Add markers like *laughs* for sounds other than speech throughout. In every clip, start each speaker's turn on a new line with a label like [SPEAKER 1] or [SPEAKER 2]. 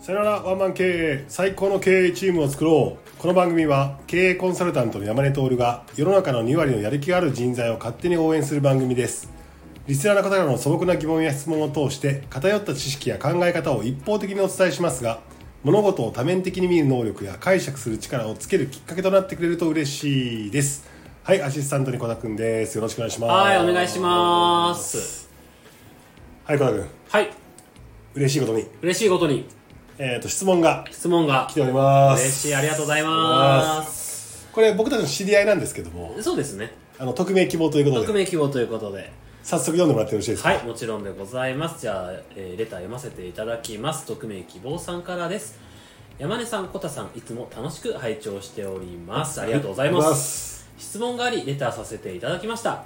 [SPEAKER 1] さよならワンマン経営最高の経営チームを作ろうこの番組は経営コンサルタントの山根徹が世の中の2割のやる気がある人材を勝手に応援する番組ですリスナーの方からの素朴な疑問や質問を通して偏った知識や考え方を一方的にお伝えしますが物事を多面的に見る能力や解釈する力をつけるきっかけとなってくれると嬉しいですはいアシスタントに小田くんですよろしくお願いします
[SPEAKER 2] はいお願いします
[SPEAKER 1] はい小田くん
[SPEAKER 2] はい
[SPEAKER 1] 嬉しいことに
[SPEAKER 2] 嬉しいことに
[SPEAKER 1] えっ、と質問が
[SPEAKER 2] 質問が
[SPEAKER 1] 来ております
[SPEAKER 2] 嬉しいありがとうございます
[SPEAKER 1] これ僕たちの知り合いなんですけども
[SPEAKER 2] そうですね
[SPEAKER 1] あの匿名希望ということ
[SPEAKER 2] 匿
[SPEAKER 1] で
[SPEAKER 2] 名希望ということで
[SPEAKER 1] 早速読んでもらってよろしいですか、
[SPEAKER 2] はいもちろんでございますじゃあ、えーレター読ませていただきます匿名希望さんからです山根さん、こたさん、いつも楽しく拝聴しております。ありがとうございます。
[SPEAKER 1] す
[SPEAKER 2] 質問がありレターさせていただきました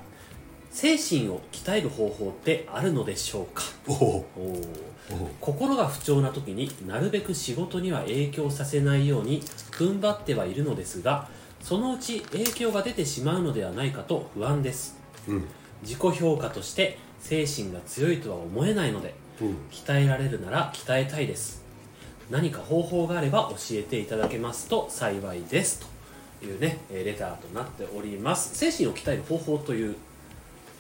[SPEAKER 2] 精神を鍛える方法ってあるのでしょうか
[SPEAKER 1] おお
[SPEAKER 2] おー
[SPEAKER 1] お
[SPEAKER 2] 心が不調な時になるべく仕事には影響させないように踏ん張ってはいるのですがそのうち影響が出てしまうのではないかと不安です
[SPEAKER 1] うん
[SPEAKER 2] 自己評価として精神が強いとは思えないので
[SPEAKER 1] うん
[SPEAKER 2] 鍛えられるなら鍛えたいです何か方法があれば教えていただけますと幸いですというねえーレターとなっております精神を鍛える方法という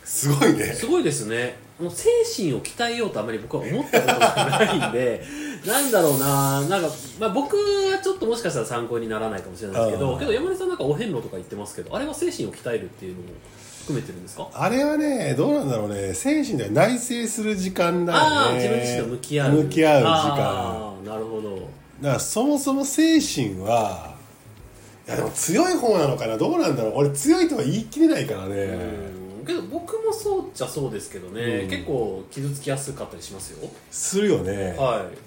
[SPEAKER 1] すごいね
[SPEAKER 2] すごいですねもう精神を鍛えようとあまり僕は思ったことがない
[SPEAKER 1] *laughs*
[SPEAKER 2] んでなんだろうななんか、まあ、僕はちょっともしかしたら参考にならないかもしれないですけ
[SPEAKER 1] あ
[SPEAKER 2] ど
[SPEAKER 1] ー
[SPEAKER 2] けど山根さんなんかお遍路とか言ってますけどあれは精神を鍛えるっていうのも含めてるんですか
[SPEAKER 1] あれはねどうなんだろうね精神では内省する時間だよ
[SPEAKER 2] ああ
[SPEAKER 1] ね
[SPEAKER 2] 自分自身と向き合う
[SPEAKER 1] 向き合う時間
[SPEAKER 2] あーなるほ
[SPEAKER 1] だ
[SPEAKER 2] ど
[SPEAKER 1] からそもそも精神はいやでも強い方なのかなどうなんだろう俺強いとは言い切れないからね
[SPEAKER 2] うんけど僕もそうっちゃそうですけどね、
[SPEAKER 1] うん
[SPEAKER 2] 結構傷つきやすかったりしますよ
[SPEAKER 1] するよね
[SPEAKER 2] はい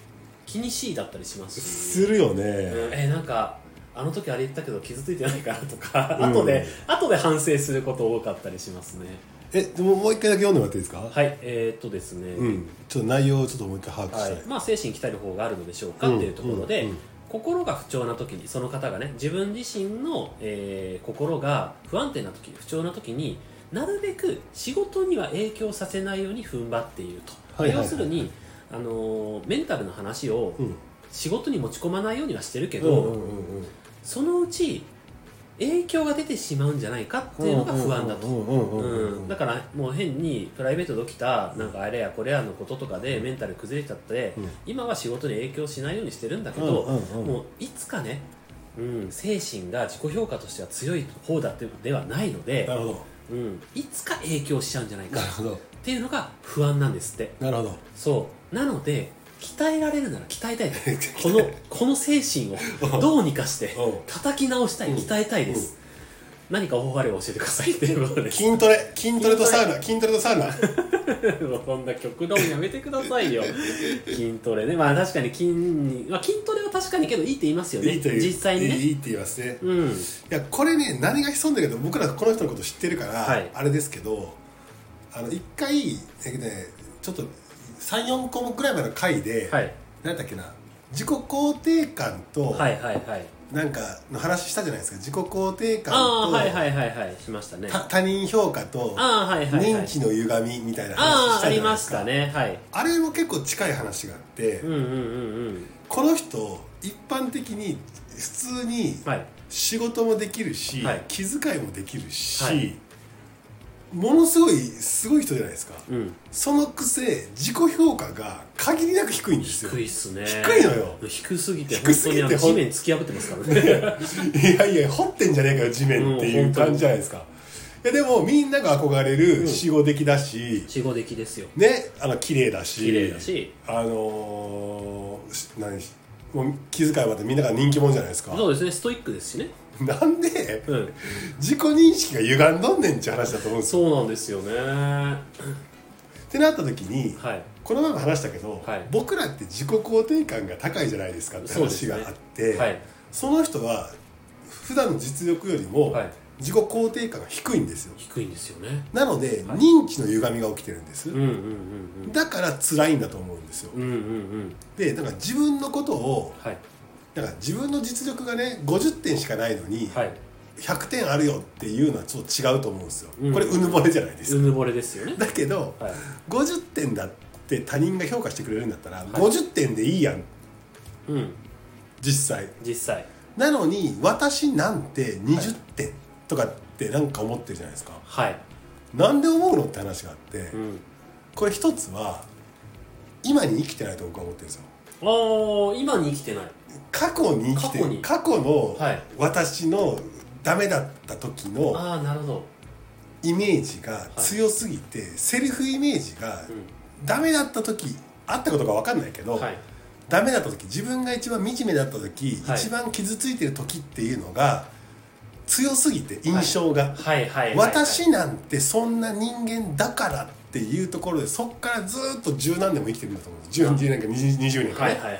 [SPEAKER 2] 気にしいだったりしますし
[SPEAKER 1] するよ
[SPEAKER 2] うん
[SPEAKER 1] ね
[SPEAKER 2] えなんかあの時あれ言ったけど傷ついてないかなとか、
[SPEAKER 1] うん
[SPEAKER 2] 後で後で反省すること多かったりしますね
[SPEAKER 1] えでももう一回だけ読んでもらっていいですかは
[SPEAKER 2] はいえーっとですね、
[SPEAKER 1] うんちょっと内容をちょっともう一回把握
[SPEAKER 2] は
[SPEAKER 1] したい、
[SPEAKER 2] いまあ、精神鍛える方があるのでしょうか
[SPEAKER 1] うん
[SPEAKER 2] っていうところで、
[SPEAKER 1] うんうん
[SPEAKER 2] 心が不調な時にその方がね自分自身の、えー心が不安定な時不調な時になるべく仕事には影響させないように踏ん張っていると、
[SPEAKER 1] はいはいはい
[SPEAKER 2] 要するに、あのーメンタルの話を
[SPEAKER 1] うん
[SPEAKER 2] 仕事に持ち込まないようにはしてるけ
[SPEAKER 1] う
[SPEAKER 2] ど、
[SPEAKER 1] んうんうんうん
[SPEAKER 2] そのうち影響が出てしまうんじゃないかっていうのが不安だと
[SPEAKER 1] うんうんうんうんうん
[SPEAKER 2] うん、だからもう変にプライベートで起きたなんかあれやこれやのこととかでメンタル崩れちゃって、
[SPEAKER 1] うん
[SPEAKER 2] 今は仕事に影響しないようにしてるんだけ
[SPEAKER 1] うんう
[SPEAKER 2] ど、
[SPEAKER 1] んうん
[SPEAKER 2] もういつかね、うん、精神が自己評価としては強い方だってではないので
[SPEAKER 1] な、るほど
[SPEAKER 2] うん、いつか影響しちゃうんじゃないか
[SPEAKER 1] なる
[SPEAKER 2] っ
[SPEAKER 1] ほど
[SPEAKER 2] ていうのが不安なんですって
[SPEAKER 1] な
[SPEAKER 2] *laughs*
[SPEAKER 1] るほど
[SPEAKER 2] そうなので鍛えられるなら鍛えたいですこのこの精神をどうにかして
[SPEAKER 1] うん
[SPEAKER 2] 叩き直したい
[SPEAKER 1] うん
[SPEAKER 2] 鍛えたいです、何か方法があれば教えてくださいっていうことでも
[SPEAKER 1] 筋トレ筋トレとサウナ筋トレとサウ
[SPEAKER 2] *laughs*
[SPEAKER 1] ナ
[SPEAKER 2] うそんな極論やめてくださいよ筋トレねまあ確かに筋に、まあ、筋トレは確かにけどいいって言いますよね
[SPEAKER 1] いいという
[SPEAKER 2] 実際にね
[SPEAKER 1] いいいいって言いますね
[SPEAKER 2] うん
[SPEAKER 1] いやこれね何が潜んだけど僕らこの人のこと知ってるから、
[SPEAKER 2] はい
[SPEAKER 1] あれですけどあの一回えっとねちょっと34項目ぐらいまでの回で、
[SPEAKER 2] はい
[SPEAKER 1] 何だっけな自己肯定感と
[SPEAKER 2] はいはいはい
[SPEAKER 1] なんかの話したじゃないですか自己肯定感
[SPEAKER 2] ああ
[SPEAKER 1] と、
[SPEAKER 2] はいはいはいはいしましたね
[SPEAKER 1] た他人評価と
[SPEAKER 2] ああはいはいは
[SPEAKER 1] 認
[SPEAKER 2] い
[SPEAKER 1] 知の歪みみたいな話
[SPEAKER 2] あ
[SPEAKER 1] し
[SPEAKER 2] ああ
[SPEAKER 1] たじ
[SPEAKER 2] り
[SPEAKER 1] ゃない
[SPEAKER 2] ま
[SPEAKER 1] で
[SPEAKER 2] し
[SPEAKER 1] すか
[SPEAKER 2] たねはい
[SPEAKER 1] あれも結構近い話があって、
[SPEAKER 2] うんうんうんうん
[SPEAKER 1] この人一般的に普通に
[SPEAKER 2] はい
[SPEAKER 1] 仕事もできるし、
[SPEAKER 2] はい
[SPEAKER 1] 気遣いもできるし、
[SPEAKER 2] はい
[SPEAKER 1] ものすごいすごい人じゃないですか、
[SPEAKER 2] うん
[SPEAKER 1] そのくせ自己評価が限りなく低いんですよ
[SPEAKER 2] 低いっすね
[SPEAKER 1] 低いのよ
[SPEAKER 2] 低すぎて
[SPEAKER 1] 低
[SPEAKER 2] 本
[SPEAKER 1] す
[SPEAKER 2] 当
[SPEAKER 1] ぎて
[SPEAKER 2] にあの
[SPEAKER 1] ほん
[SPEAKER 2] 地面突き破ってますからね
[SPEAKER 1] いやいや掘ってんじゃねえかよ地面ってい
[SPEAKER 2] うん
[SPEAKER 1] う
[SPEAKER 2] 本当に
[SPEAKER 1] 感じじゃないですか、いやでもみんなが憧れる
[SPEAKER 2] ん
[SPEAKER 1] 死後的だし、
[SPEAKER 2] 死後的ですよ
[SPEAKER 1] ねあの綺麗だし
[SPEAKER 2] 綺麗だし
[SPEAKER 1] あのーし何しもう気遣いまでみんなが人気者じゃないですか
[SPEAKER 2] そうですねストイックですしね
[SPEAKER 1] なんで
[SPEAKER 2] うん
[SPEAKER 1] 自己認識が歪んどんねんって話だと思うんですよ
[SPEAKER 2] そうなんですよねは
[SPEAKER 1] ってなった時に、
[SPEAKER 2] い
[SPEAKER 1] この前も話したけど、
[SPEAKER 2] はい
[SPEAKER 1] 僕らって自己肯定感が高いじゃないですかって
[SPEAKER 2] そうで
[SPEAKER 1] 話
[SPEAKER 2] す
[SPEAKER 1] が
[SPEAKER 2] ね
[SPEAKER 1] あってそ,、
[SPEAKER 2] はい
[SPEAKER 1] の人は普段の実力よりも
[SPEAKER 2] はい
[SPEAKER 1] 自己肯定感が低いんですよ
[SPEAKER 2] 低いんですよね
[SPEAKER 1] なので、
[SPEAKER 2] はい
[SPEAKER 1] 認知の歪みが起きてるんです、
[SPEAKER 2] うんうん
[SPEAKER 1] だから辛いんだと思うんですよ、
[SPEAKER 2] うんうんうんうん
[SPEAKER 1] でだから自分のことを
[SPEAKER 2] はい
[SPEAKER 1] だから自分の実力がね50点しかないのに、
[SPEAKER 2] はい
[SPEAKER 1] 100点あるよっていうのはちょっと違うと思うんですよ、
[SPEAKER 2] うん
[SPEAKER 1] これうぬぼれじゃないです
[SPEAKER 2] う
[SPEAKER 1] か、
[SPEAKER 2] ぬぼれですよね
[SPEAKER 1] だけど、
[SPEAKER 2] はい
[SPEAKER 1] 50点だって他人が評価してくれるんだったら、
[SPEAKER 2] い
[SPEAKER 1] 50点でいいやんっ
[SPEAKER 2] うん
[SPEAKER 1] 実際
[SPEAKER 2] 実際
[SPEAKER 1] なのに私なんて20点とかってなんか思ってるじゃないですか、
[SPEAKER 2] はい
[SPEAKER 1] なんで思うのって話があって、
[SPEAKER 2] うん
[SPEAKER 1] これ一つは今に生きてないと僕は思ってるんですよ
[SPEAKER 2] あー今に生きてない
[SPEAKER 1] 過去に生きて
[SPEAKER 2] 過去に
[SPEAKER 1] 過去の
[SPEAKER 2] はい
[SPEAKER 1] 私のダメだった時の
[SPEAKER 2] ああなるほど
[SPEAKER 1] イメージが強すぎて、セルフイメージが
[SPEAKER 2] う
[SPEAKER 1] ダメだった時あったことが分かんないけど、
[SPEAKER 2] んはい
[SPEAKER 1] ダメだった時自分が一番惨めだった時、
[SPEAKER 2] はい
[SPEAKER 1] 一番傷ついてる時っていうのが強すぎて印象が、
[SPEAKER 2] はいはいはい
[SPEAKER 1] 私なんてそんな人間だからっていうところでそっからずーっと十何年も生きてるんだと思うんです10年か20 20年か
[SPEAKER 2] は
[SPEAKER 1] ね、
[SPEAKER 2] いはいはいはい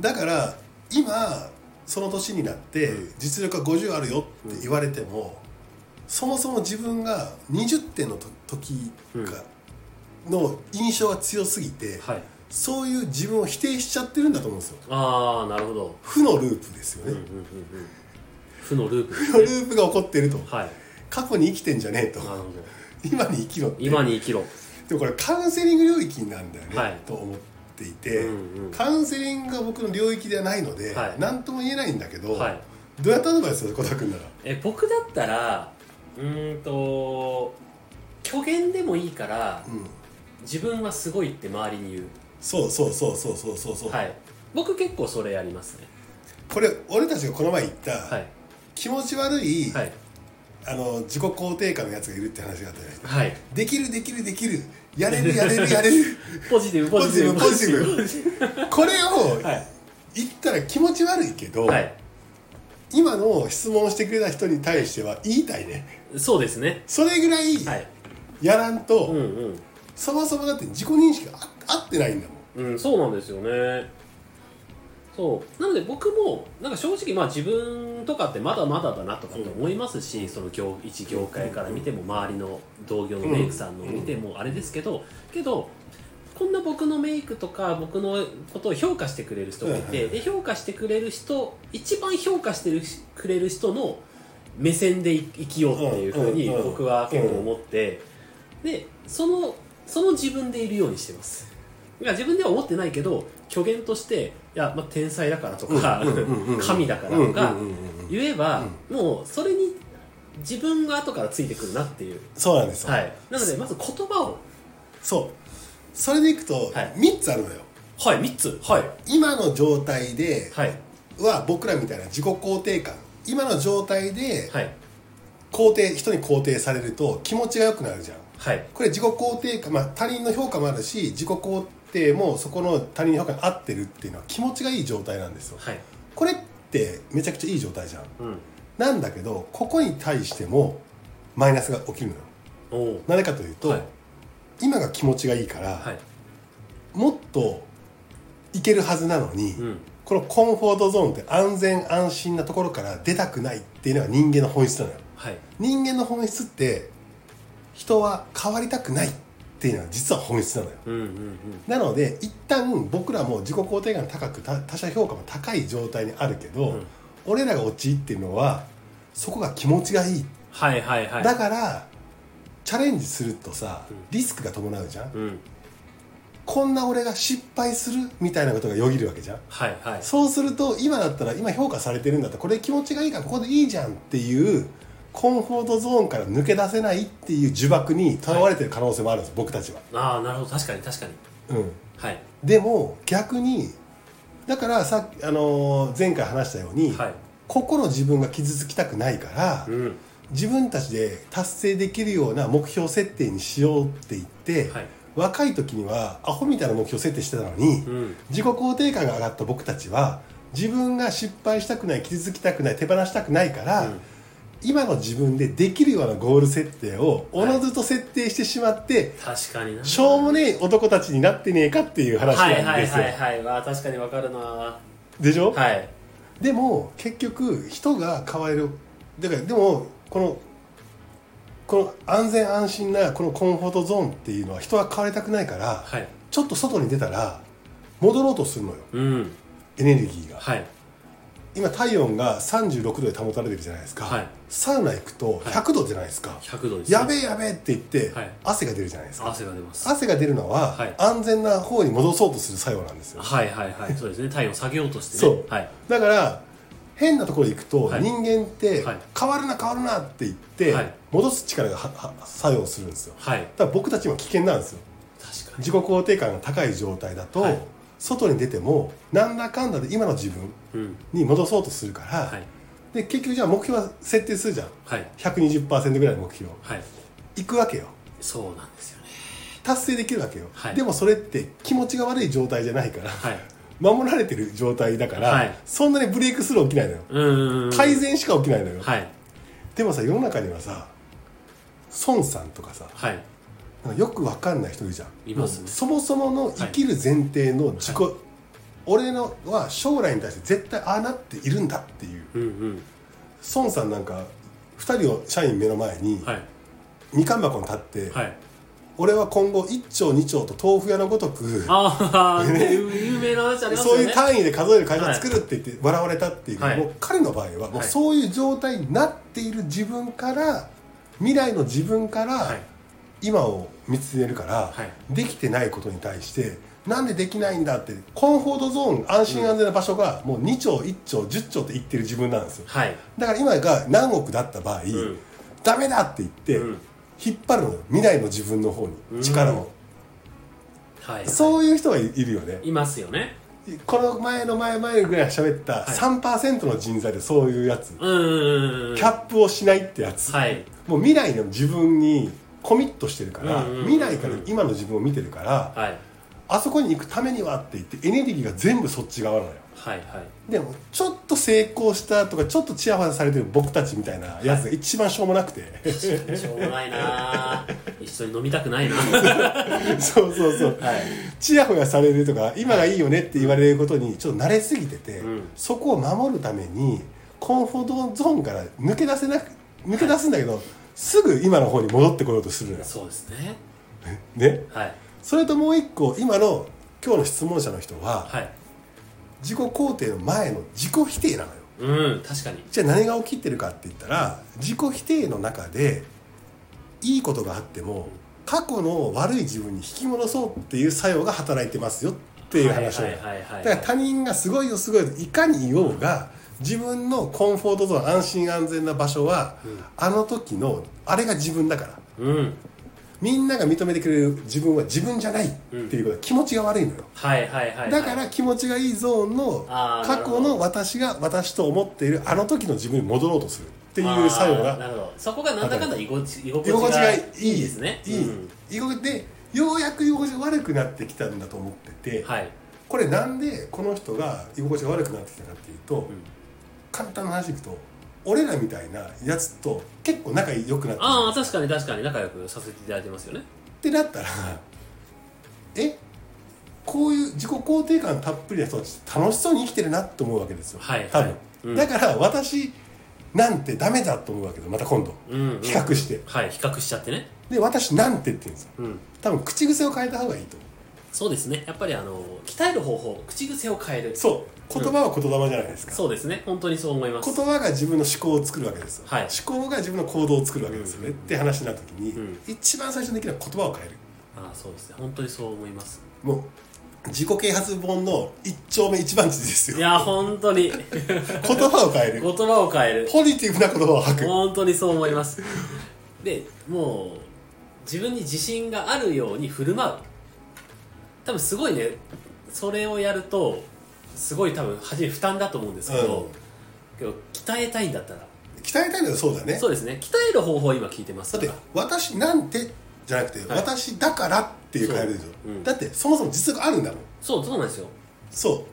[SPEAKER 1] だから今その年になって実力が50あるよって言われても、そもそも自分が20点のと時が、の印象が強すぎて、
[SPEAKER 2] はい
[SPEAKER 1] そういう自分を否定しちゃってるんだと思うんですよ
[SPEAKER 2] ああなるほど
[SPEAKER 1] 負のループですよ
[SPEAKER 2] うん
[SPEAKER 1] ね、
[SPEAKER 2] うんうんうん負のループです
[SPEAKER 1] 負のループが起こってると
[SPEAKER 2] はい
[SPEAKER 1] 過去に生きてんじゃねえと
[SPEAKER 2] なるほど
[SPEAKER 1] 今に生きろって
[SPEAKER 2] 今に生きろ
[SPEAKER 1] でもこれカウンセリング領域なんだよね、
[SPEAKER 2] はい
[SPEAKER 1] と思っていて、
[SPEAKER 2] うんうん
[SPEAKER 1] カウンセリングが僕の領域ではないので、
[SPEAKER 2] はい
[SPEAKER 1] 何とも言えないんだけど、
[SPEAKER 2] はい
[SPEAKER 1] どうやったアドバイスする小田君なら
[SPEAKER 2] え僕だったらうーんと虚言でもいいから
[SPEAKER 1] うん
[SPEAKER 2] 自分はすごいって周りに言
[SPEAKER 1] そうそうそうそうそうそうそう
[SPEAKER 2] う、はい僕結構それやりますね
[SPEAKER 1] これ俺たちがこの前言った、
[SPEAKER 2] はい
[SPEAKER 1] 気持ち悪い、
[SPEAKER 2] はい
[SPEAKER 1] あの自己肯定感のやつがいるって話があったじゃないですか
[SPEAKER 2] はい
[SPEAKER 1] できるできるできるやれるやれ
[SPEAKER 2] *laughs*
[SPEAKER 1] るやれる
[SPEAKER 2] ポジティブポジティブ
[SPEAKER 1] ポジティブ
[SPEAKER 2] ポジティ
[SPEAKER 1] これを
[SPEAKER 2] ブはい
[SPEAKER 1] 言ったら気持ち悪いけど、
[SPEAKER 2] はい
[SPEAKER 1] 今の質問してくれた人に対しては言いたいね
[SPEAKER 2] そうですね
[SPEAKER 1] それぐらい
[SPEAKER 2] はい
[SPEAKER 1] やらんと、
[SPEAKER 2] うんうん
[SPEAKER 1] そもそもだって自己認識があ合ってないんだもん
[SPEAKER 2] うん、そうなんですよねそうなので僕もなんか正直まあ自分とかってまだまだだなとかって思いますし、その業一業界から見ても周りの同業のメイクさんの見てもあれですけど、けどこんな僕のメイクとか僕のことを評価してくれる人がい
[SPEAKER 1] はいは
[SPEAKER 2] てで評価してくれる人一番評価してるしくれる人の目線でい生きようっていうふうに
[SPEAKER 1] うんうんうん
[SPEAKER 2] 僕は結構思ってでそのその自分でいるようにしてますいや自分では思ってないけど虚言としていや、まあ、天才だからとか、
[SPEAKER 1] うんうんうんうん
[SPEAKER 2] 神だからとか
[SPEAKER 1] うんうんうんうん
[SPEAKER 2] 言えば、もうそれに自分が後からついてくるなっていう、
[SPEAKER 1] そうなんですよ、
[SPEAKER 2] はい、なのでまず言葉を
[SPEAKER 1] そうそれでいくと
[SPEAKER 2] はい
[SPEAKER 1] 3つあるのよ、
[SPEAKER 2] はい3つはい
[SPEAKER 1] 今の状態で
[SPEAKER 2] はい
[SPEAKER 1] は僕らみたいな自己肯定感今の状態で
[SPEAKER 2] はい
[SPEAKER 1] 肯定人に肯定されると気持ちが良くなるじゃん
[SPEAKER 2] はい
[SPEAKER 1] これ自己肯定感、まあ、他人の評価もあるし自己肯定もそこの他人の評価に合ってるっていうのは気持ちがいい状態なんですよ
[SPEAKER 2] はい
[SPEAKER 1] これってめちゃくちゃいい状態じゃん
[SPEAKER 2] うん
[SPEAKER 1] なんだけどここに対してもマイナスが起きるのよ
[SPEAKER 2] おお
[SPEAKER 1] なぜかというと、
[SPEAKER 2] はい
[SPEAKER 1] 今が気持ちがいいから、
[SPEAKER 2] はい
[SPEAKER 1] もっといけるはずなのに、
[SPEAKER 2] うん
[SPEAKER 1] このコンフォートゾーンって安全安心なところから出たくないっていうのが人間の本質なのよ
[SPEAKER 2] はい
[SPEAKER 1] 人間の本質って人は変わりたくないっていうのは実は本質なのよ
[SPEAKER 2] うんうんうん
[SPEAKER 1] なので一旦僕らも自己肯定感高く他他者評価も高い状態にあるけど、
[SPEAKER 2] うん
[SPEAKER 1] 俺らが陥っているのはそこが気持ちがいい
[SPEAKER 2] はいはいはい
[SPEAKER 1] だからチャレンジするとさリスクが伴うじゃん、
[SPEAKER 2] うん
[SPEAKER 1] こんな俺が失敗するみたいなことがよぎるわけじゃん
[SPEAKER 2] はいはい
[SPEAKER 1] そうすると今だったら今評価されてるんだったらこれ気持ちがいいからここでいいじゃんっていうコンフォートゾーンから抜け出せないっていう呪縛にとらわれてる可能性もあるんです、僕たちは、
[SPEAKER 2] ああなるほど確かに確かに
[SPEAKER 1] うん、
[SPEAKER 2] はい
[SPEAKER 1] でも逆にだからさっき、あのー前回話したように、
[SPEAKER 2] はい
[SPEAKER 1] ここの自分が傷つきたくないから、
[SPEAKER 2] うん
[SPEAKER 1] 自分たちで達成できるような目標設定にしようって言って、
[SPEAKER 2] はい
[SPEAKER 1] 若い時にはアホみたいな目標設定してたのに、
[SPEAKER 2] うん
[SPEAKER 1] 自己肯定感が上がった僕たちは自分が失敗したくない傷つきたくない手放したくないから、
[SPEAKER 2] うん
[SPEAKER 1] 今の自分でできるようなゴール設定をおのずと設定してしまって、
[SPEAKER 2] 確かにな
[SPEAKER 1] しょうもねえ男たちになってねえかっていう話
[SPEAKER 2] はい
[SPEAKER 1] なん
[SPEAKER 2] はい
[SPEAKER 1] ですよ、
[SPEAKER 2] はいはいわあ確かにわかるなは
[SPEAKER 1] でしょ、
[SPEAKER 2] い
[SPEAKER 1] でも結局人が変わるだからでもこのこの安全安心なこのコンフォートゾーンっていうのは人は変わりたくないから、
[SPEAKER 2] はい
[SPEAKER 1] ちょっと外に出たら戻ろうとするのよ
[SPEAKER 2] うん
[SPEAKER 1] エネルギーが
[SPEAKER 2] はい
[SPEAKER 1] 今体温が36度で保たれてるじゃないですか、
[SPEAKER 2] はい
[SPEAKER 1] サウナ行くと100度じゃないですか、
[SPEAKER 2] 100度ですね、
[SPEAKER 1] やべえやべえって言って、
[SPEAKER 2] はい
[SPEAKER 1] 汗が出るじゃないですか
[SPEAKER 2] 汗が出ます
[SPEAKER 1] 汗が出るのは、
[SPEAKER 2] はい
[SPEAKER 1] 安全な方に戻そうとする作用なんですよ
[SPEAKER 2] はいはいはいそうですね体温下げようとしてね
[SPEAKER 1] そう
[SPEAKER 2] はい
[SPEAKER 1] だから変なところに行くと、
[SPEAKER 2] はい
[SPEAKER 1] 人間って、
[SPEAKER 2] はい
[SPEAKER 1] 変わるな変わるなって言って、
[SPEAKER 2] はい
[SPEAKER 1] 戻す力がはは作用するんですよ
[SPEAKER 2] はい
[SPEAKER 1] だから僕たち今危険なんですよ
[SPEAKER 2] 確かに
[SPEAKER 1] 自己肯定感が高い状態だと、
[SPEAKER 2] はい
[SPEAKER 1] 外に出てもなんだかんだで今の自分
[SPEAKER 2] うん
[SPEAKER 1] に戻そうとするから、
[SPEAKER 2] はい
[SPEAKER 1] で結局じゃあ目標は設定するじゃん
[SPEAKER 2] はい
[SPEAKER 1] 120%ぐらいの目標
[SPEAKER 2] はい
[SPEAKER 1] 行くわけよ
[SPEAKER 2] そうなんですよね
[SPEAKER 1] 達成できるわけよ、
[SPEAKER 2] はい
[SPEAKER 1] でもそれって気持ちが悪い状態じゃないから
[SPEAKER 2] はい
[SPEAKER 1] 守られてる状態だから、
[SPEAKER 2] はい
[SPEAKER 1] そんなにブレイクスルー起きないのよ、
[SPEAKER 2] うーん
[SPEAKER 1] 改善しか起きないのよ、
[SPEAKER 2] はい
[SPEAKER 1] でもさ世の中にはさ孫さんとかさ
[SPEAKER 2] はい
[SPEAKER 1] なんかよくわかんない人いるじゃん
[SPEAKER 2] いますね
[SPEAKER 1] もうそもそもの生きる前提の自己、俺のは将来に対して絶対ああなっているんだっていう
[SPEAKER 2] うんうん
[SPEAKER 1] 孫さんなんか2人を社員目の前に
[SPEAKER 2] はい
[SPEAKER 1] みかん箱に立って、
[SPEAKER 2] はい
[SPEAKER 1] 俺は今後1丁2丁と豆腐屋のごとく
[SPEAKER 2] ああ、ね、 *laughs* 有名な話あります
[SPEAKER 1] そ
[SPEAKER 2] よ
[SPEAKER 1] う
[SPEAKER 2] ね
[SPEAKER 1] いう単位で数える会社作るって言って笑われたっていうけど、
[SPEAKER 2] はい
[SPEAKER 1] もう彼の場合はもう
[SPEAKER 2] はい
[SPEAKER 1] そういう状態になっている自分から未来の自分から、
[SPEAKER 2] はい
[SPEAKER 1] 今を見つめるから、
[SPEAKER 2] はい
[SPEAKER 1] できてないことに対してなんでできないんだってコンフォートゾーン安心安全な場所がもう2兆1兆10兆って言ってる自分なんですよ
[SPEAKER 2] はい
[SPEAKER 1] だから今が何億だった場合、
[SPEAKER 2] ん
[SPEAKER 1] ダメだって言って、
[SPEAKER 2] うん
[SPEAKER 1] 引っ張るのよ未来の自分の方に力を、
[SPEAKER 2] はい
[SPEAKER 1] そういう人がいるよね
[SPEAKER 2] いますよね
[SPEAKER 1] この前の前前ぐらい喋った
[SPEAKER 2] い
[SPEAKER 1] 3%の人材でそういうやつ、
[SPEAKER 2] うーん
[SPEAKER 1] キャップをしないってやつ、
[SPEAKER 2] はい
[SPEAKER 1] もう未来の自分にコミットしてるから、
[SPEAKER 2] うんうんうん
[SPEAKER 1] 未来から今の自分を見てるから、
[SPEAKER 2] はい
[SPEAKER 1] あそこに行くためにはって言ってエネルギーが全部そっち側なのよ
[SPEAKER 2] はいはい
[SPEAKER 1] でもちょっと成功したとかちょっとチヤホヤされてる僕たちみたいなやつが一番しょうもなく
[SPEAKER 2] *laughs*
[SPEAKER 1] て、
[SPEAKER 2] しょうがないな *laughs* ー一緒に飲みたくないなは
[SPEAKER 1] そうそうそう、
[SPEAKER 2] い
[SPEAKER 1] チヤホヤされるとか今がいいよねって言われることにちょっと慣れすぎてて、
[SPEAKER 2] うん
[SPEAKER 1] そこを守るためにコンフォートゾーンから抜け出せなく抜け出すんだけど、すぐ今の方に戻ってこようとするのよ、
[SPEAKER 2] そうですね
[SPEAKER 1] ね、
[SPEAKER 2] はい
[SPEAKER 1] それともう一個今の今日の質問者の人は、
[SPEAKER 2] はい
[SPEAKER 1] 自己肯定の前の自己否定なのよ
[SPEAKER 2] うん確かに
[SPEAKER 1] じゃあ何が起きてるかって言ったら自己否定の中でいいことがあっても過去の悪い自分に引き戻そうっていう作用が働いてますよっていう話を
[SPEAKER 2] は
[SPEAKER 1] だ
[SPEAKER 2] いはいはいはい
[SPEAKER 1] から他人がすごいよすごいよいかに言おうが自分のコンフォートゾーン安心安全な場所はあの時のあれが自分だから
[SPEAKER 2] うん
[SPEAKER 1] みんなが認めてくれる自分は自分じゃないっていうことは気持ちが悪いのよ
[SPEAKER 2] はいはいはいはい
[SPEAKER 1] だから気持ちがいいゾーンの
[SPEAKER 2] あー
[SPEAKER 1] 過去
[SPEAKER 2] なるほ
[SPEAKER 1] の私が私と思っているあの時の自分に戻ろうとするっていう作用
[SPEAKER 2] あーな
[SPEAKER 1] が
[SPEAKER 2] るほどそこがなんだかんだ居心地居
[SPEAKER 1] 居心
[SPEAKER 2] 心
[SPEAKER 1] 地
[SPEAKER 2] 地
[SPEAKER 1] が
[SPEAKER 2] が
[SPEAKER 1] い
[SPEAKER 2] い
[SPEAKER 1] い
[SPEAKER 2] いですね
[SPEAKER 1] いい、
[SPEAKER 2] うん
[SPEAKER 1] 居心地でようやく居心地が悪くなってきたんだと思ってて、
[SPEAKER 2] はい
[SPEAKER 1] これなんでこの人が居心地が悪くなってきたかっていうと、簡単な話いくと俺らみたいなやつと結構仲良くなってる
[SPEAKER 2] ああ確かに確かに仲良くさせていただいてますよね
[SPEAKER 1] ってなったらえこういう自己肯定感たっぷりな人たちって楽しそうに生きてるなって思うわけですよ、
[SPEAKER 2] はい
[SPEAKER 1] 多分、
[SPEAKER 2] うん
[SPEAKER 1] だから私なんてダメだと思うわけですまた今度、
[SPEAKER 2] うんうん
[SPEAKER 1] 比較して
[SPEAKER 2] はい比較しちゃってね
[SPEAKER 1] で私なんてって言うんですよ
[SPEAKER 2] うん
[SPEAKER 1] 多分口癖を変えた方がいいと思
[SPEAKER 2] そうですねやっぱりあの鍛える方法口癖を変える
[SPEAKER 1] うそう言葉は言霊じゃないですか、
[SPEAKER 2] そうですね本当にそう思います
[SPEAKER 1] 言葉が自分の思考を作るわけですよ、
[SPEAKER 2] はい
[SPEAKER 1] 思考が自分の行動を作るわけですよね、って話になった時に、
[SPEAKER 2] うん
[SPEAKER 1] 一番最初にできるのは言葉を変える
[SPEAKER 2] ああそうですね本当にそう思います
[SPEAKER 1] もう自己啓発本の一丁目一番地ですよ
[SPEAKER 2] いや本当
[SPEAKER 1] *laughs*
[SPEAKER 2] に
[SPEAKER 1] 言葉を変える
[SPEAKER 2] 言葉を変える
[SPEAKER 1] ポジティブな言葉を吐く
[SPEAKER 2] 本当にそう思いますでもう自分に自信があるように振る舞う多分すごいねそれをやるとすごい多分初め負担だと思うんですけど、
[SPEAKER 1] うん
[SPEAKER 2] けど鍛えたいんだったら
[SPEAKER 1] 鍛えたいのはそうだね
[SPEAKER 2] そうですね鍛える方法を今聞いてます
[SPEAKER 1] だっ
[SPEAKER 2] か
[SPEAKER 1] て
[SPEAKER 2] ら
[SPEAKER 1] 「私なんて」じゃなくて「
[SPEAKER 2] はい
[SPEAKER 1] 私だから」っていう変えるでしょ、
[SPEAKER 2] そううん
[SPEAKER 1] だってそもそも実力あるんだもん
[SPEAKER 2] そうそうなんですよ
[SPEAKER 1] そ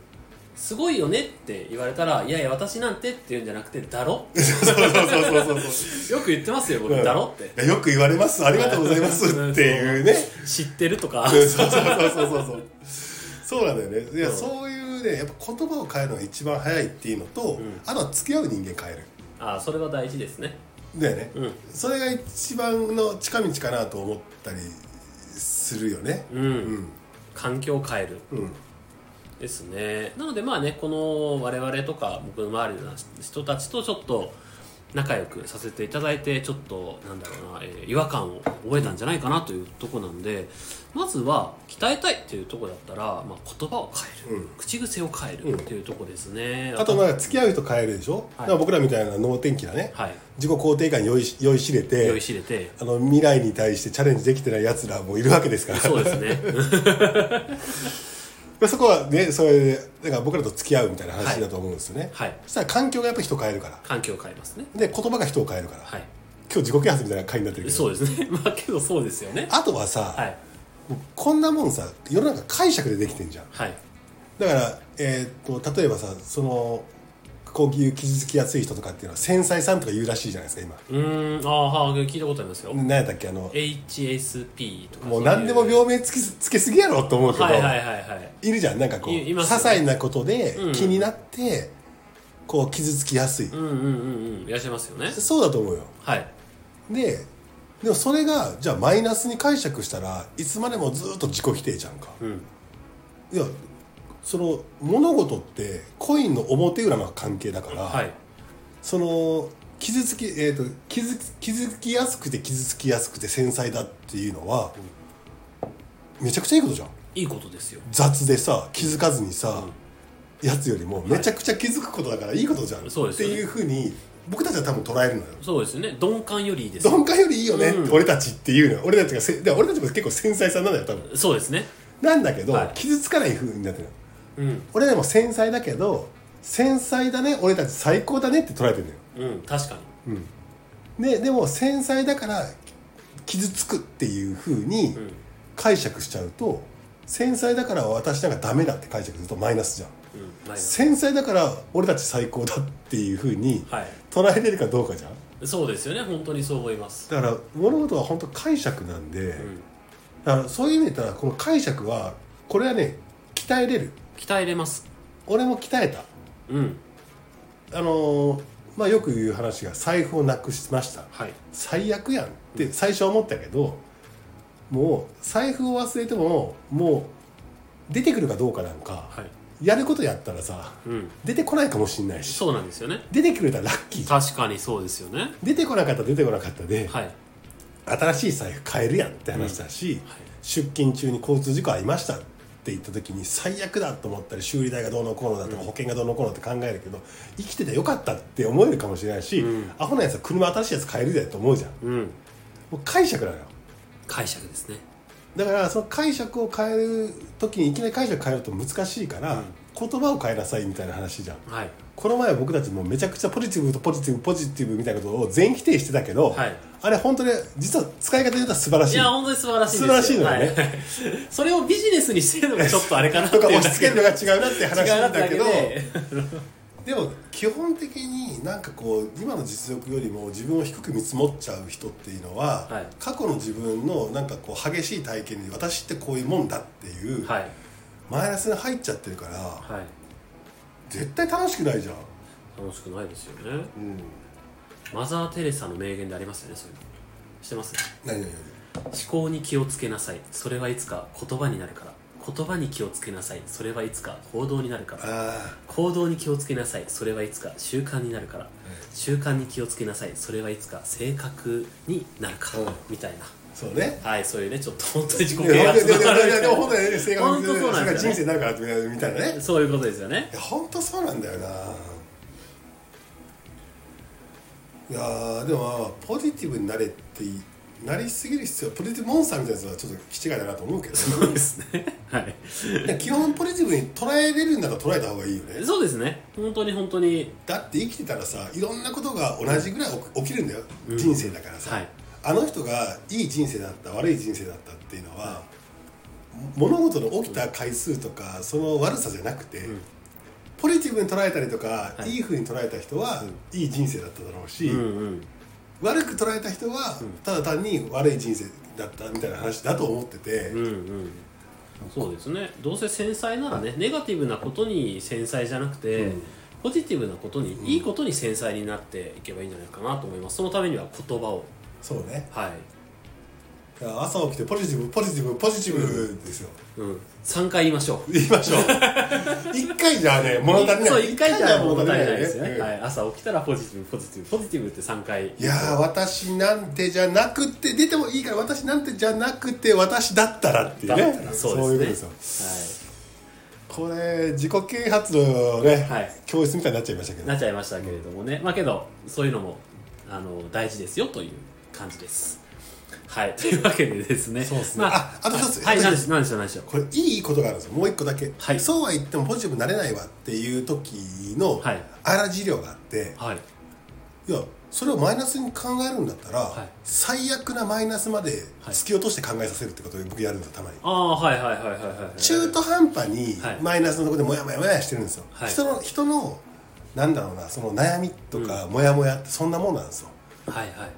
[SPEAKER 2] すごいよねって言われたらいやいや私なんてって言うんじゃなくてだろ
[SPEAKER 1] う *laughs* そうそうそうそうそう
[SPEAKER 2] よく言ってますよ僕、
[SPEAKER 1] うん
[SPEAKER 2] だろって
[SPEAKER 1] いやよく言われますありがとうございますっていうね
[SPEAKER 2] 知ってるとか
[SPEAKER 1] うんそうそうそうそうそうそうそうなんだよねいや、
[SPEAKER 2] うん
[SPEAKER 1] そういうねやっぱ言葉を変えるのが一番早いっていうのと、
[SPEAKER 2] ん
[SPEAKER 1] あとは付き合う人間変える
[SPEAKER 2] ああそれは大事ですね
[SPEAKER 1] だよね、
[SPEAKER 2] うん
[SPEAKER 1] それが一番の近道かなと思ったりするよね
[SPEAKER 2] うん、環境を変える
[SPEAKER 1] うん
[SPEAKER 2] ですねなのでまあねこの我々とか僕の周りの人たちとちょっと仲良くさせていただいてちょっとなんだろうな、えー違和感を覚えたんじゃないかなというとこなんでまずは鍛えたいっていうとこだったら、まあ、言葉を変える、口癖を変えるっていうとこですね、
[SPEAKER 1] あとまあ付き合う人変えるでしょ、
[SPEAKER 2] はい
[SPEAKER 1] だから僕らみたいな能天気なね、
[SPEAKER 2] はい
[SPEAKER 1] 自己肯定感に酔い酔いしれて
[SPEAKER 2] 酔いしれて
[SPEAKER 1] あの未来に対してチャレンジできてないやつらもいるわけですから
[SPEAKER 2] そうですね
[SPEAKER 1] *laughs* まあそこはねそれでだから僕らと付き合うみたいな話だと思うんですよね、
[SPEAKER 2] はい
[SPEAKER 1] そしたら環境がやっぱ人変えるから
[SPEAKER 2] 環境を変えますね
[SPEAKER 1] で言葉が人を変えるから、
[SPEAKER 2] はい
[SPEAKER 1] 今日自己啓発みたいな回になってるけど
[SPEAKER 2] そうですね *laughs* まあけどそうですよね
[SPEAKER 1] あとはさ、
[SPEAKER 2] はい
[SPEAKER 1] こんなもんさ世の中解釈でできてんじゃん
[SPEAKER 2] はい
[SPEAKER 1] だから、えーっと例えばさそのこういう傷つきやすい人とかっていうのは繊細さんとか言うらしいじゃないですか今
[SPEAKER 2] うーんああはあ聞いたことありますよ、
[SPEAKER 1] 何やったっけあの
[SPEAKER 2] HSP とか
[SPEAKER 1] もう
[SPEAKER 2] そういう
[SPEAKER 1] 何でも病名つきつけすぎやろと思うけど、
[SPEAKER 2] はい
[SPEAKER 1] い
[SPEAKER 2] はいはいはい
[SPEAKER 1] るじゃんなんかこう、
[SPEAKER 2] いい
[SPEAKER 1] 些
[SPEAKER 2] ますよね
[SPEAKER 1] 細なことで
[SPEAKER 2] うん
[SPEAKER 1] 気になって、こう傷つきやすい、
[SPEAKER 2] うんうんうんうんいらっしゃいますよね
[SPEAKER 1] そうだと思うよ
[SPEAKER 2] はい
[SPEAKER 1] ででもそれがじゃあマイナスに解釈したらいつまでもずっと自己否定じゃんか、
[SPEAKER 2] ん
[SPEAKER 1] いやその物事ってコインの表裏の関係だから、
[SPEAKER 2] はい
[SPEAKER 1] その傷つき、えー、と傷つ傷つきやすくて傷つきやすくて繊細だっていうのは、めちゃくちゃいいことじゃん
[SPEAKER 2] いいことですよ
[SPEAKER 1] 雑でさ気づかずにさ、やつよりもめちゃくちゃ気づくことだからいいことじゃん、
[SPEAKER 2] そうで
[SPEAKER 1] っ
[SPEAKER 2] す
[SPEAKER 1] て
[SPEAKER 2] よね
[SPEAKER 1] いうふうに僕たちは多分捉えるのよ
[SPEAKER 2] そうですね鈍感よりいいです
[SPEAKER 1] 鈍感よりいいよねって、
[SPEAKER 2] うん
[SPEAKER 1] 俺たちっていうのよ俺たちがせで俺たちも結構繊細さんなんだよ多分
[SPEAKER 2] そうですね
[SPEAKER 1] なんだけど、
[SPEAKER 2] はい
[SPEAKER 1] 傷つかないふうになってるの
[SPEAKER 2] うん
[SPEAKER 1] 俺らも繊細だけど繊細だね俺たち最高だねって捉えてるのよ
[SPEAKER 2] うん確かに
[SPEAKER 1] ででも繊細だから傷つくっていうふうに
[SPEAKER 2] ん
[SPEAKER 1] 解釈しちゃうと繊細だから私なんかダメだって解釈するとマイナスじゃん
[SPEAKER 2] うんマイナス
[SPEAKER 1] 繊細だから俺たち最高だっていうふうに
[SPEAKER 2] はい
[SPEAKER 1] 捉えれるかどうかじゃん
[SPEAKER 2] そうですよね本当にそう思います
[SPEAKER 1] だから物事は本当解釈なんで、
[SPEAKER 2] ん
[SPEAKER 1] だからそういう意味で言ったらこの解釈はこれはね鍛えれる
[SPEAKER 2] 鍛えれます
[SPEAKER 1] 俺も鍛えた
[SPEAKER 2] うん
[SPEAKER 1] あのーまあよく言う話が財布をなくしました
[SPEAKER 2] はい
[SPEAKER 1] 最悪やんって最初は思ったけどもう財布を忘れてももう出てくるかどうかなんか
[SPEAKER 2] はい
[SPEAKER 1] やることやったらさ
[SPEAKER 2] うん
[SPEAKER 1] 出てこないかもしんないし
[SPEAKER 2] そうなんですよね
[SPEAKER 1] 出てくれたらラッキーじゃん
[SPEAKER 2] 確かにそうですよね
[SPEAKER 1] 出てこなかったら出てこなかったで
[SPEAKER 2] はい
[SPEAKER 1] 新しい財布買えるやんって話だし
[SPEAKER 2] い
[SPEAKER 1] 出勤中に交通事故ありましたって言った時に最悪だと思ったり修理代がどうのこうのだとか保険がどうのこうのって考えるけど生きててよかったって思えるかもしれないし
[SPEAKER 2] うん
[SPEAKER 1] アホなやつは車新しいやつ買えるでと思うじゃん
[SPEAKER 2] うん
[SPEAKER 1] もう解釈なのよ
[SPEAKER 2] 解釈ですね
[SPEAKER 1] だからその解釈を変える時にいきなり解釈変えると難しいから、言葉を変えなさいみたいな話じゃん
[SPEAKER 2] はい
[SPEAKER 1] この前僕たちもめちゃくちゃポジティブとポジティブポジティブみたいなことを全否定してたけど、
[SPEAKER 2] はい
[SPEAKER 1] あれ本当に実は使い方によっては素晴らし
[SPEAKER 2] い
[SPEAKER 1] い
[SPEAKER 2] や本当に素晴らしいですよ
[SPEAKER 1] 素晴らしいのよね
[SPEAKER 2] はい、それをビジネスにしてるのがちょっとあれかなってい
[SPEAKER 1] と
[SPEAKER 2] う
[SPEAKER 1] か
[SPEAKER 2] だけ
[SPEAKER 1] 押し付けるのが違うなって話
[SPEAKER 2] 違う
[SPEAKER 1] な
[SPEAKER 2] なんだ
[SPEAKER 1] だ
[SPEAKER 2] け
[SPEAKER 1] け
[SPEAKER 2] ど
[SPEAKER 1] どでも基本的になんかこう今の実力よりも自分を低く見積もっちゃう人っていうのは、
[SPEAKER 2] はい
[SPEAKER 1] 過去の自分のなんかこう激しい体験に私ってこういうもんだっていう、
[SPEAKER 2] はい
[SPEAKER 1] マイナスに入っちゃってるから、
[SPEAKER 2] はい
[SPEAKER 1] 絶対楽しくないじゃん、
[SPEAKER 2] 楽しくないですよねマザー・テレサの名言でありますよねそういうのしてます
[SPEAKER 1] 何々よ
[SPEAKER 2] 思考に気をつけなさいそれはいつか言葉になるから言葉に気をつけなさいそれはいつか行動になるから
[SPEAKER 1] あ
[SPEAKER 2] 行動に気をつけなさいそれはいつか習慣になるから習慣に気をつけなさいそれはいつか性格になるから、
[SPEAKER 1] うん
[SPEAKER 2] みたいな
[SPEAKER 1] あそうね
[SPEAKER 2] はいそういうねちょっと本当に自己
[SPEAKER 1] い
[SPEAKER 2] 啓
[SPEAKER 1] や
[SPEAKER 2] 発
[SPEAKER 1] いやい
[SPEAKER 2] のあ
[SPEAKER 1] やい
[SPEAKER 2] る
[SPEAKER 1] やでも本当にね性格
[SPEAKER 2] 本
[SPEAKER 1] に
[SPEAKER 2] 当そう
[SPEAKER 1] そ
[SPEAKER 2] なん
[SPEAKER 1] れが
[SPEAKER 2] ですよ
[SPEAKER 1] 人
[SPEAKER 2] ね
[SPEAKER 1] 生になるからみたいなね
[SPEAKER 2] そういうことですよね
[SPEAKER 1] いや本当そうなんだよないやーでもまあポジティブになれっていなりすぎる必要ポジティブモンスターみたいなやつはちょっと気違いだなと思うけど
[SPEAKER 2] そうですねはい
[SPEAKER 1] いや基本ポジティブに捉えれるんだから捉えた方がいいよね
[SPEAKER 2] そうですね本当に本当に
[SPEAKER 1] だって生きてたらさいろんなことが同じぐらい起き起きるんだよ、人生だからさ、
[SPEAKER 2] はい
[SPEAKER 1] あの人がいい人生だった悪い人生だったっていうのは、物事の起きた回数とかその悪さじゃなくて、ポジティブに捉えたりとか、
[SPEAKER 2] はい
[SPEAKER 1] い、いふうに捉えた人は、いい人生だっただろうし、
[SPEAKER 2] うんうん
[SPEAKER 1] 悪く捉えた人は、ただ単に悪い人生だったみたいな話だと思ってて、
[SPEAKER 2] うんうんそうですねどうせ繊細ならねネガティブなことに繊細じゃなくて、
[SPEAKER 1] うん
[SPEAKER 2] ポジティブなことに、いいことに繊細になっていけばいいんじゃないかなと思いますそのためには言葉を
[SPEAKER 1] そうね
[SPEAKER 2] はい
[SPEAKER 1] だから朝起きてポジティブポジティブポジティブですよ、
[SPEAKER 2] うん、3回言いましょう
[SPEAKER 1] 言いまし
[SPEAKER 2] *laughs*
[SPEAKER 1] ょう一回じゃね物足りない
[SPEAKER 2] そう一回じゃ物足りない
[SPEAKER 1] ね
[SPEAKER 2] ですよね、
[SPEAKER 1] うん
[SPEAKER 2] はい、朝起きたらポジティブポジティブポジティブって3回
[SPEAKER 1] いやー私なんてじゃなくて出てもいいから私なんてじゃなくて私だったらっていう
[SPEAKER 2] だ
[SPEAKER 1] ね
[SPEAKER 2] ったらそうです
[SPEAKER 1] そういうこと
[SPEAKER 2] ね
[SPEAKER 1] ですよこれ自己啓発のね、
[SPEAKER 2] はい
[SPEAKER 1] 教室みたいになっちゃいましたけ
[SPEAKER 2] はい、な
[SPEAKER 1] ど
[SPEAKER 2] っちゃいましたけれどもね、まあけどそういうのもあの大事ですよという感じですはい *laughs* というわけでですね
[SPEAKER 1] そうですね
[SPEAKER 2] ま
[SPEAKER 1] ああと一つ
[SPEAKER 2] は
[SPEAKER 1] あ
[SPEAKER 2] い
[SPEAKER 1] と一
[SPEAKER 2] 何で
[SPEAKER 1] つ
[SPEAKER 2] しょう何でしょう何でしょう
[SPEAKER 1] これいいことがあるんですよもう一個だけ、
[SPEAKER 2] はい
[SPEAKER 1] そうは言ってもポジティブになれないわっていう時の
[SPEAKER 2] はい
[SPEAKER 1] 粗治療があって、
[SPEAKER 2] はい
[SPEAKER 1] い、やそれをマイナスに考えるんだったら、
[SPEAKER 2] い
[SPEAKER 1] 最悪なマイナスまで突き落として考えさせるってことを僕やるんですよたまに
[SPEAKER 2] ああはいはいはいはいはい
[SPEAKER 1] 中途半端に
[SPEAKER 2] はい
[SPEAKER 1] マイナスのところでモヤモヤモヤしてるんですよ、
[SPEAKER 2] はい
[SPEAKER 1] 人の人のなんだろうなその悩みとかモヤモヤってそんなもんなんですよ
[SPEAKER 2] はいはい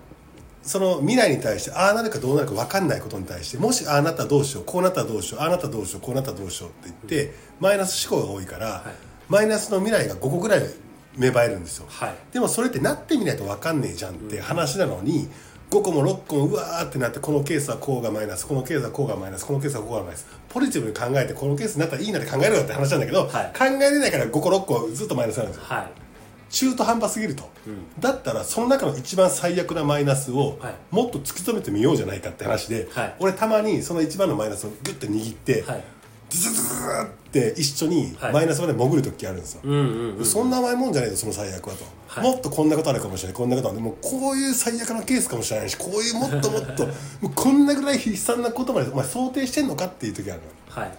[SPEAKER 1] その未来に対してああなるかどうなるか分かんないことに対してもしああなったらどうしようこうなったらどうしようああなったらどうしようこうなったらどうしようって言って、マイナス思考が多いから、マイナスの未来が5個ぐらい芽生えるんですよ、
[SPEAKER 2] はい
[SPEAKER 1] でもそれってなってみないと分かんねえじゃんって話なのに、5個も6個もうわーってなってこのケースはこうがマイナスこのケースはこうがマイナスこのケースはこうがマイナスポジティブに考えてこのケースになったらいいなって考えるよって話なんだけど、
[SPEAKER 2] はい
[SPEAKER 1] 考えれないから5個6個ずっとマイナスなんですよ
[SPEAKER 2] はい
[SPEAKER 1] 中途半端すぎると、だったらその中の一番最悪なマイナスを
[SPEAKER 2] はい
[SPEAKER 1] もっと突き止めてみようじゃないかって話で、
[SPEAKER 2] はい
[SPEAKER 1] 俺たまにその一番のマイナスをギュッと握って、
[SPEAKER 2] はい
[SPEAKER 1] ズズズズズーって一緒に
[SPEAKER 2] はい
[SPEAKER 1] マイナスまで潜る時あるんですよ、
[SPEAKER 2] うんうんうん
[SPEAKER 1] そんな甘いもんじゃないよその最悪はと、
[SPEAKER 2] はい
[SPEAKER 1] もっとこんなことあるかもしれないこんなことあるもうこういう最悪なケースかもしれないしこういうもっとも
[SPEAKER 2] *laughs*
[SPEAKER 1] っともうこんなぐらい悲惨なことまでお前想定してんのかっていう時あるの
[SPEAKER 2] はい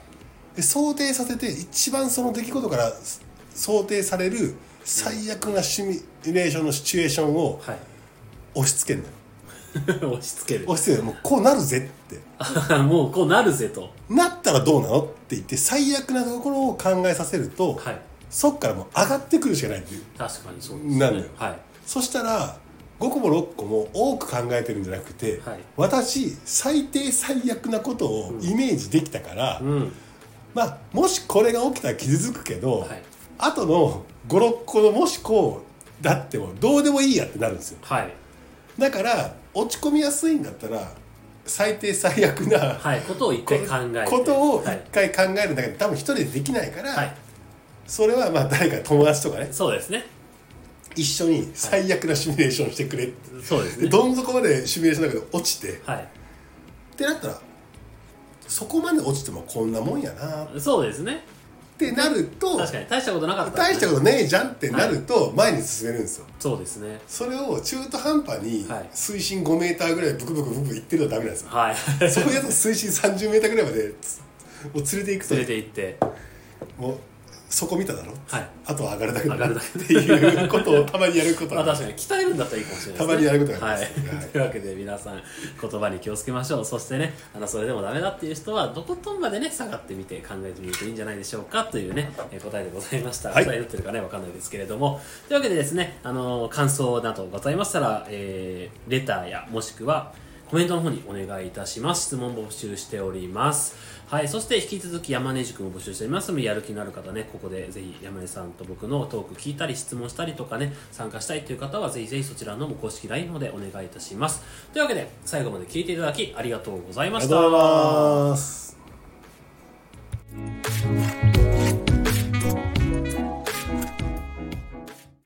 [SPEAKER 1] で想定させて一番その出来事からす想定される最悪なシミュレーションのシチュエーションを
[SPEAKER 2] はい *laughs*
[SPEAKER 1] 押し付けるのよ
[SPEAKER 2] 押し付ける
[SPEAKER 1] 押し付けるもうこうなるぜって
[SPEAKER 2] *laughs* もうこうなるぜと
[SPEAKER 1] なったらどうなのって言って最悪なところを考えさせると、
[SPEAKER 2] はい
[SPEAKER 1] そっからもう上がってくるしかないっていう
[SPEAKER 2] 確かにそうです
[SPEAKER 1] なんだよ
[SPEAKER 2] はい
[SPEAKER 1] そしたら5個も6個も多く考えてるんじゃなくて、
[SPEAKER 2] はい
[SPEAKER 1] 私最低最悪なことをイメージできたから、
[SPEAKER 2] うん
[SPEAKER 1] まあ、もしこれが起きたら傷つくけど、
[SPEAKER 2] はい
[SPEAKER 1] 後の56個のもしこうだってもどうでもいいやってなるんですよ
[SPEAKER 2] はい
[SPEAKER 1] だから落ち込みやすいんだったら最低最悪な、
[SPEAKER 2] はいことを一回考えて
[SPEAKER 1] ことを
[SPEAKER 2] は
[SPEAKER 1] 一
[SPEAKER 2] い
[SPEAKER 1] 回考えるんだけど、多分一人でできないから、
[SPEAKER 2] はい
[SPEAKER 1] それはまあ誰か友達とかね
[SPEAKER 2] そうですね
[SPEAKER 1] 一緒に最悪なシミュレーションしてくれって、
[SPEAKER 2] そうです
[SPEAKER 1] で
[SPEAKER 2] ね
[SPEAKER 1] どん底までシミュレーションだけど落ちて、
[SPEAKER 2] はい
[SPEAKER 1] ってなったらそこまで落ちてもこんなもんやなっ
[SPEAKER 2] そうですね
[SPEAKER 1] てなると
[SPEAKER 2] 確かに大したことなかった
[SPEAKER 1] 大した
[SPEAKER 2] こ
[SPEAKER 1] ことねえじゃんってなると前に進めるんですよ、
[SPEAKER 2] とそうですね
[SPEAKER 1] それを中途半端に
[SPEAKER 2] はい
[SPEAKER 1] 水深5メーターぐらいブクブクブクブクいってるとダメなんですよ、
[SPEAKER 2] はい
[SPEAKER 1] そういうやつ水深30メーターぐらいまでつを連れていくと
[SPEAKER 2] 連れて行って
[SPEAKER 1] もうそこ見ただろ、
[SPEAKER 2] はい
[SPEAKER 1] あとは上がるだけだ
[SPEAKER 2] 上がるだけ
[SPEAKER 1] っていうことをたまにやること
[SPEAKER 2] まあ
[SPEAKER 1] は
[SPEAKER 2] *laughs* 確かに鍛えるんだったらいいかもしれないですね
[SPEAKER 1] たまにやることが
[SPEAKER 2] は
[SPEAKER 1] あり
[SPEAKER 2] い
[SPEAKER 1] ますはい
[SPEAKER 2] というわけで皆さん言葉に気をつけましょうそしてねあのそれでもダメだっていう人はどことんまでね下がってみて考えてみるといいんじゃないでしょうかというねえー答えでございました、
[SPEAKER 1] はい
[SPEAKER 2] 答えになってるかねわかんないですけれどもというわけでですねあの感想などございましたら、えーレターやもしくはコメントの方にお願いいたします。質問も募集しております。はい。そして、引き続き山根塾も募集しておりますので、やる気のある方ね、ここでぜひ山根さんと僕のトーク聞いたり、質問したりとかね、参加したいという方は、ぜひぜひそちらのも公式 LINE の方でお願いいたします。というわけで、最後まで聞いていただき、ありがとうございま
[SPEAKER 1] あり
[SPEAKER 2] し
[SPEAKER 1] が
[SPEAKER 2] た。
[SPEAKER 1] とうございます